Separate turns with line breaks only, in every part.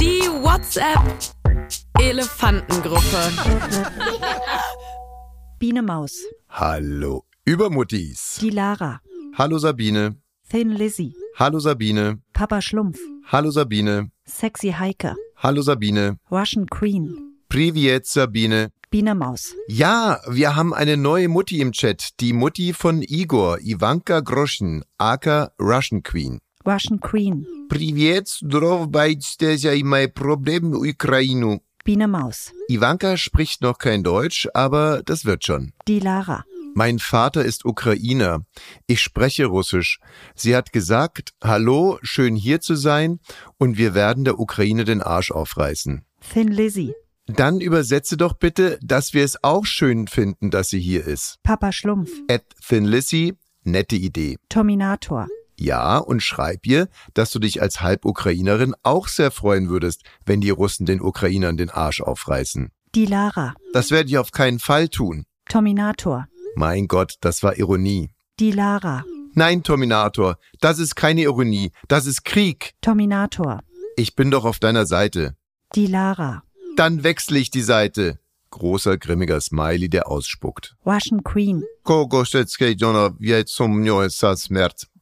WhatsApp Elefantengruppe.
Biene Maus,
Hallo Übermuttis.
die Lara,
Hallo Sabine.
Thin Lizzy,
Hallo Sabine.
Papa Schlumpf,
Hallo Sabine.
Sexy Heike,
Hallo Sabine.
Russian Queen,
Privet Sabine.
Biene Maus,
Ja, wir haben eine neue Mutti im Chat. Die Mutti von Igor, Ivanka Groschen, aka Russian Queen.
Russian Queen,
Privet, здравствуйте, и мои проблемы Ukrainu.
Biene Maus,
Ivanka spricht noch kein Deutsch, aber das wird schon.
die Lara,
Mein Vater ist Ukrainer. Ich spreche Russisch. Sie hat gesagt, hallo, schön hier zu sein und wir werden der Ukraine den Arsch aufreißen.
Thin Lizzy,
Dann übersetze doch bitte, dass wir es auch schön finden, dass sie hier ist.
Papa Schlumpf,
At Thin Lizzy, nette Idee.
Terminator,
Ja, und schreib ihr, dass du dich als Halbukrainerin auch sehr freuen würdest, wenn die Russen den Ukrainern den Arsch aufreißen.
die Lara,
Das werde ich auf keinen Fall tun.
Terminator,
Mein Gott, das war Ironie.
die Lara,
Nein, Terminator, das ist keine Ironie, das ist Krieg.
Terminator,
Ich bin doch auf deiner Seite.
die Lara,
Dann wechsle ich die Seite. Großer grimmiger Smiley, der ausspuckt.
Russian Queen,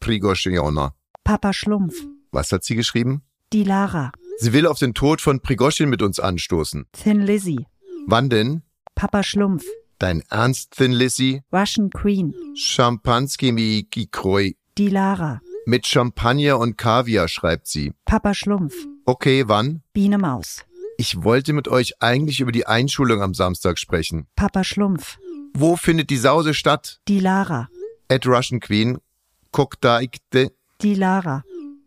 Was
Papa Schlumpf,
hat sie geschrieben?
die Lara,
Sie will auf den Tod von Prigoschin mit uns anstoßen.
Thin Lizzy,
Wann denn?
Papa Schlumpf,
Dein Ernst, Thin Lizzy?
Russian Queen,
Champanski mi kikroi.
die Lara,
Mit Champagner und Kaviar, schreibt sie.
Papa Schlumpf,
Okay, wann?
Biene Maus,
Ich wollte mit euch eigentlich über die Einschulung am Samstag sprechen.
Papa Schlumpf,
Wo findet die Sause statt?
die Lara,
At Russian Queen. Kokdaikte.
die Lara,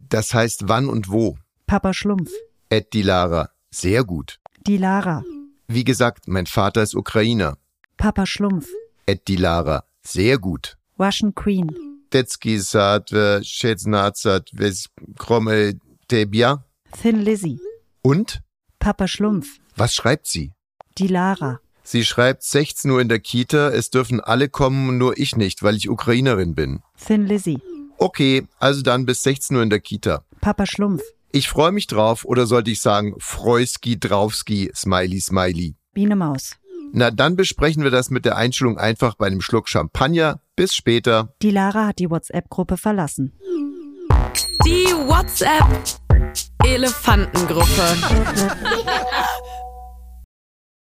Das heißt wann und wo.
Papa Schlumpf,
At die Lara. Sehr gut.
die Lara,
Wie gesagt, mein Vater ist Ukrainer.
Papa Schlumpf,
At die Lara. Sehr gut.
Russian Queen,
Detski saat, schätznatsat, wes kromme tebia.
Thin Lizzy,
Und?
Papa Schlumpf,
Was schreibt sie?
die Lara,
Sie schreibt 16 Uhr in der Kita, es dürfen alle kommen, nur ich nicht, weil ich Ukrainerin bin.
Thin Lizzy,
Okay, also dann bis 16 Uhr in der Kita.
Papa Schlumpf,
Ich freue mich drauf oder sollte ich sagen Freuski, Draufski, Smiley, Smiley.
Biene Maus,
Na, dann besprechen wir das mit der Einschulung einfach bei einem Schluck Champagner. Bis später.
die Lara hat die WhatsApp-Gruppe verlassen.
Die WhatsApp Elefantengruppe.